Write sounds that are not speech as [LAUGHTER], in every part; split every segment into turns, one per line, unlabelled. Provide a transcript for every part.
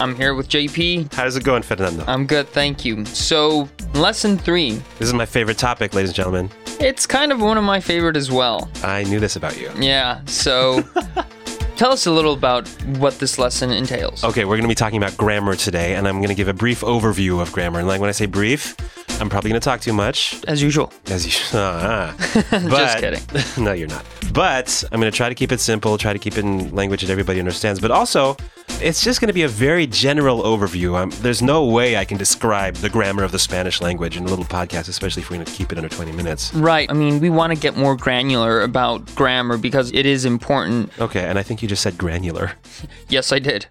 I'm here with JP.
How's it going, Fernando?
I'm good, thank you. So, lesson three.
this is my favorite topic, ladies and gentlemen.
It's kind of one of my favorite as well.
I knew this about you.
Yeah,
[LAUGHS]
so tell us a little about what this lesson entails.
Okay, we're going to be talking about grammar today, and I'm going to give a brief overview of grammar. And like when I say brief, I'm probably going to talk too much,
As usual.
as you. [LAUGHS] Uh,
[LAUGHS]
but,
Just kidding.
[LAUGHS] no, you're not. But I'm going to try to keep it simple, try to keep it in language that everybody understands. But also, it's just going to be a very general overview. Um, there's no way I can describe the grammar of the Spanish language in a little podcast, especially if we're going to keep it under 20 minutes.
Right. I mean, we want to get more granular about grammar because it is important.
Okay, and I think you just said granular.
Yes, I
[LAUGHS]
did.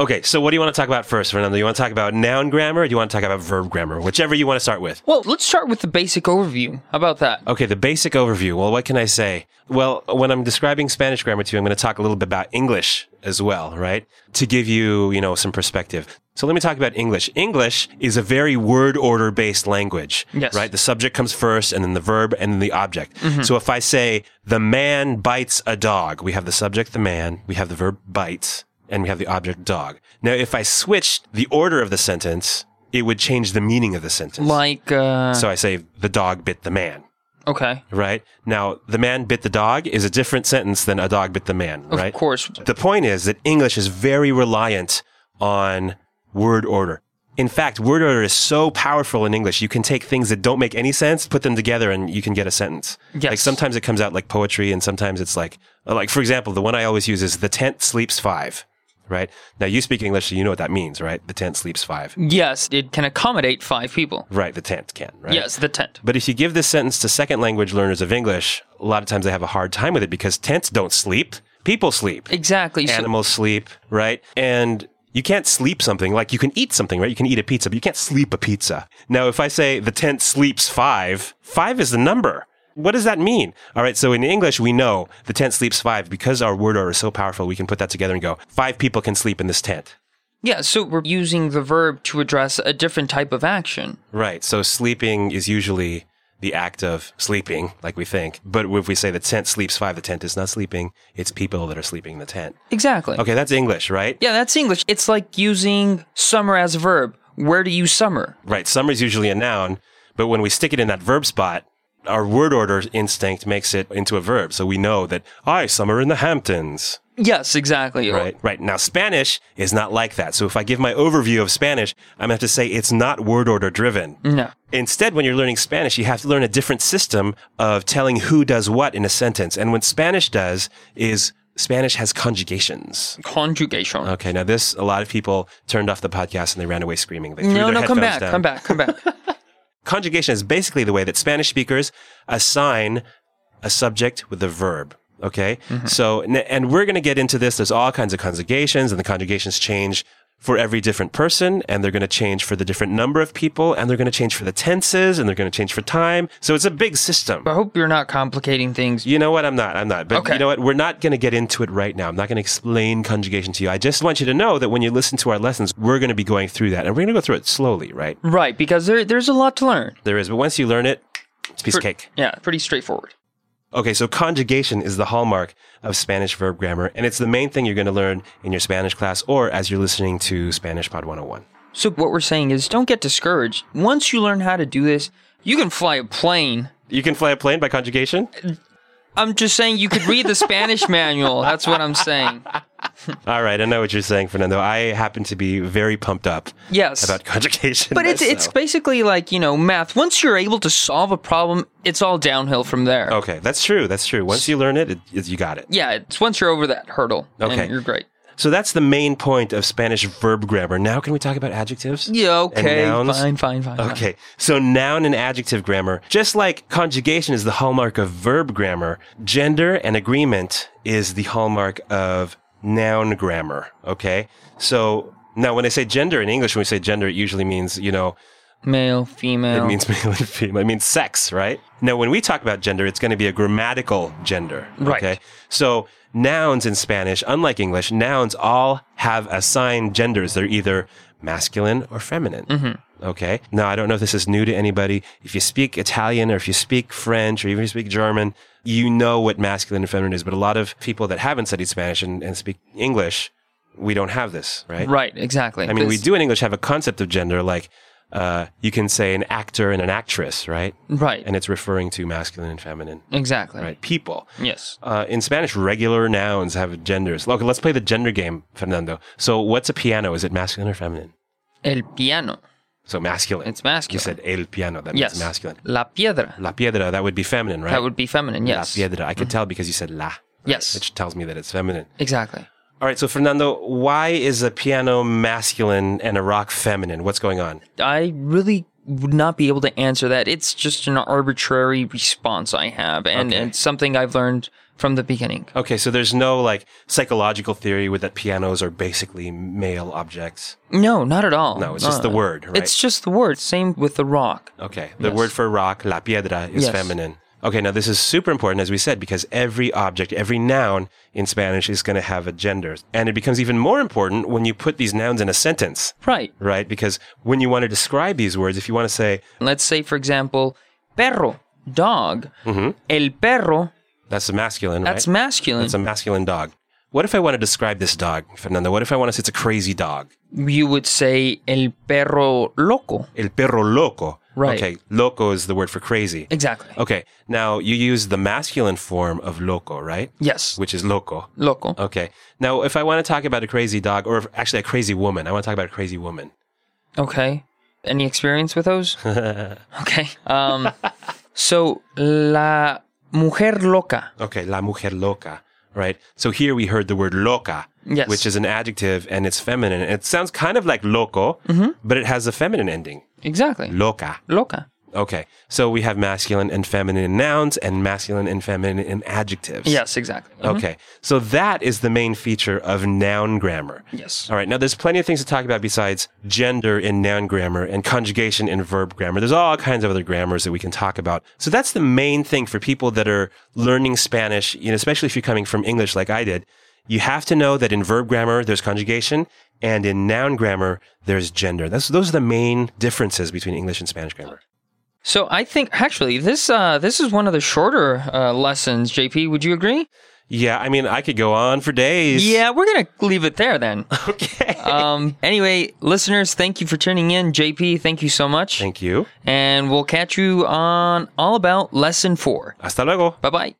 Okay, so what do you want to talk about first, Fernando? You want to talk about noun grammar or do you want to talk about verb grammar? Whichever you want to start with.
Well, let's start with the basic overview. How about that?
Okay, the basic overview. Well, what can I say? Well, when I'm describing Spanish grammar to you, I'm going to talk a little bit about English as well, right? To give you, you know, some perspective. So let me talk about English. English is a very word order based language,
Yes.
right? The subject comes first and then the verb and then the object. So if I say the man bites a dog, we have the subject, the man, we have the verb bites and we have the object dog. Now, if I switched the order of the sentence, it would change the meaning of the sentence.
Like, uh,
so I say the dog bit the man
okay.
right? Now, the man bit the dog is a different sentence than a dog bit the man,
Of
right?
course.
The point is that English is very reliant on word order. In fact, word order is so powerful in English. You can take things that don't make any sense, put them together, and you can get a sentence.
Yes.
Like sometimes it comes out like poetry, and sometimes it's like, like for example, the one I always use is the tent sleeps five, right? Now you speak English, so you know what that means, right? The tent sleeps five,
Yes, it can accommodate five people.
right? The tent can, right?
Yes, the tent.
But if you give this sentence to second language learners of English, a lot of times they have a hard time with it because tents don't sleep. People sleep.
Exactly. So-
Animals sleep, right? And you can't sleep something. Like you can eat something, right? You can eat a pizza, but you can't sleep a pizza. Now, if I say the tent sleeps five, five is the number. What does that mean? All right. So in English, we know the tent sleeps five because our word order is so powerful. We can put that together and go, five people can sleep in this tent.
yeah, so we're using the verb to address a different type of action.
Right. So sleeping is usually the act of sleeping, like we think. But if we say the tent sleeps five, the tent is not sleeping. It's people that are sleeping in the tent.
Exactly.
Okay, that's English, right?
Yeah, that's English. It's like using summer as a verb. Where do you summer?
Right. Summer is usually a noun, but when we stick it in that verb spot, our word order instinct makes it into a verb. So we know that I summer in the Hamptons.
Yes, exactly.
Right. Right. Now, Spanish is not like that. So if I give my overview of Spanish, I'm going to have to say it's not word order driven.
No.
Instead, when you're learning Spanish, you have to learn a different system of telling who does what in a sentence. And what Spanish does is Spanish has conjugations.
Conjugation.
Okay, now this, a lot of people turned off the podcast and they ran away screaming. They threw
no,
their
no, come
headphones
back,
down.
come back, come back.
[LAUGHS] Conjugation is basically the way that Spanish speakers assign a subject with a verb. Okay. So, n- and we're going to get into this. There's all kinds of conjugations and the conjugations change for every different person and they're going to change for the different number of people and they're going to change for the tenses and they're going to change for time. So it's a big system.
I hope you're not complicating things.
You know what? I'm not. I'm not. But
Okay.
you know what? We're not going to get into it right now. I'm not going to explain conjugation to you. I just want you to know that when you listen to our lessons, we're going to be going through that and we're going to go through it slowly, right?
Right, because there, there's a lot to learn.
There is. But once you learn it, it's a piece of cake.
Yeah, pretty straightforward.
Okay, so conjugation is the hallmark of Spanish verb grammar, and it's the main thing you're going to learn in your Spanish class or as you're listening to Spanish Pod 101.
So what we're saying is don't get discouraged. Once you learn how to do this, you can fly a plane.
You can fly a plane by conjugation?
I'm just saying you could read the
[LAUGHS]
Spanish manual. That's what I'm saying.
All right, I know what you're saying, Fernando. I happen to be very pumped up
Yes.
about [LAUGHS] conjugation.
but it's it's
myself.
basically like, you know, math. Once you're able to solve a problem, it's all downhill from there.
Okay, that's true. That's true. Once you learn it, it, it you got it.
Yeah, it's once you're over that hurdle,
Okay.
and you're great.
So that's the main point of Spanish verb grammar. Now, can we talk about adjectives?
Yeah, okay,
And nouns?
fine, fine, fine. fine.
[LAUGHS] Okay, so noun and adjective grammar, just like conjugation is the hallmark of verb grammar, gender and agreement is the hallmark of noun grammar. Okay, so now when I say gender in English, when we say gender, it usually means, you know,
Male, female.
it means [LAUGHS] male and female. It means sex, right? Now, when we talk about gender, it's going to be a grammatical gender.
Right.
Okay. So nouns in Spanish, unlike English, nouns all have assigned genders. They're either masculine or feminine. Okay. Now, I don't know if this is new to anybody. If you speak Italian or if you speak French or even if you speak German, you know what masculine and feminine is. But a lot of people that haven't studied Spanish and, and speak English we don't have this, right?
Right, exactly.
I mean, we
This-
do in English have a concept of gender, like uh, you can say an actor and an actress, right?
Right,
And it's referring to masculine and feminine,
exactly.
right? People.
Yes.
Uh, in Spanish, regular nouns have genders. Look, let's play the gender game, Fernando. So, what's a piano? Is it masculine or feminine?
El piano.
So, masculine.
It's masculine.
You said el piano. That
yes.
means masculine.
La piedra.
La piedra. That would be feminine, right?
That would be feminine. Yes. Mm-hmm.
La piedra. I could tell because you said la.
Yes.
Which tells me that it's feminine.
Exactly.
All right. So, Fernando, why is a piano masculine and a rock feminine? What's going on?
I really would not be able to answer that. It's just an arbitrary response I have, and
Okay.
it's something I've learned from the beginning.
Okay, so there's no like psychological theory with that pianos are basically male objects.
No, not at all. Uh,
No, it's just the word, right?
It's just the word. Same with the rock.
Okay, the
Yes.
word for rock, la piedra, is
Yes.
feminine. Okay, now this is super important, as we said, because every object, every noun in Spanish is going to have a gender. And it becomes even more important when you put these nouns in a sentence,
Right.
right? Because when you want to describe these words, if you want to say,
Let's say, for example, perro, dog. El perro,
that's a masculine,
that's
Mm-hmm. right?
masculine.
That's a masculine dog. What if I want to describe this dog, Fernando? What if I want to say it's a crazy dog?
you would say, el perro loco.
El perro loco.
Right.
Okay, loco is the word for crazy.
Exactly.
Okay, now you use the masculine form of loco, right?
Yes.
Which is loco.
Loco.
Okay. Now, if I want to talk about a crazy dog, or if- actually a crazy woman, I want to talk about a crazy woman.
Okay. Any experience with
[LAUGHS]
those? okay. Um, so, la mujer loca.
Okay, la mujer loca, right? So here we heard the word loca,
Yes.
which is an adjective and it's feminine. It sounds kind of like loco,
Mm-hmm.
but it has a feminine ending,
Exactly.
loca.
Loca.
Okay, so we have masculine and feminine nouns and masculine and feminine in adjectives.
Yes, exactly.
Okay, so that is the main feature of noun grammar.
Yes.
All right, now there's plenty of things to talk about besides gender in noun grammar and conjugation in verb grammar. There's all kinds of other grammars that we can talk about. So that's the main thing for people that are learning Spanish, you know, especially if you're coming from English like I did. You have to know that in verb grammar there's conjugation and in noun grammar there's gender. That's, those are the main differences between English and Spanish grammar.
So I think actually this uh, this is one of the shorter uh, lessons. JP, would you agree?
Yeah, I mean, I could go on for days.
Yeah, we're gonna leave it there then.
[LAUGHS] Okay.
um, anyway, listeners, thank you for tuning in. JP, thank you so much,
Thank you.
and we'll catch you on all about lesson four.
Hasta luego.
Bye bye.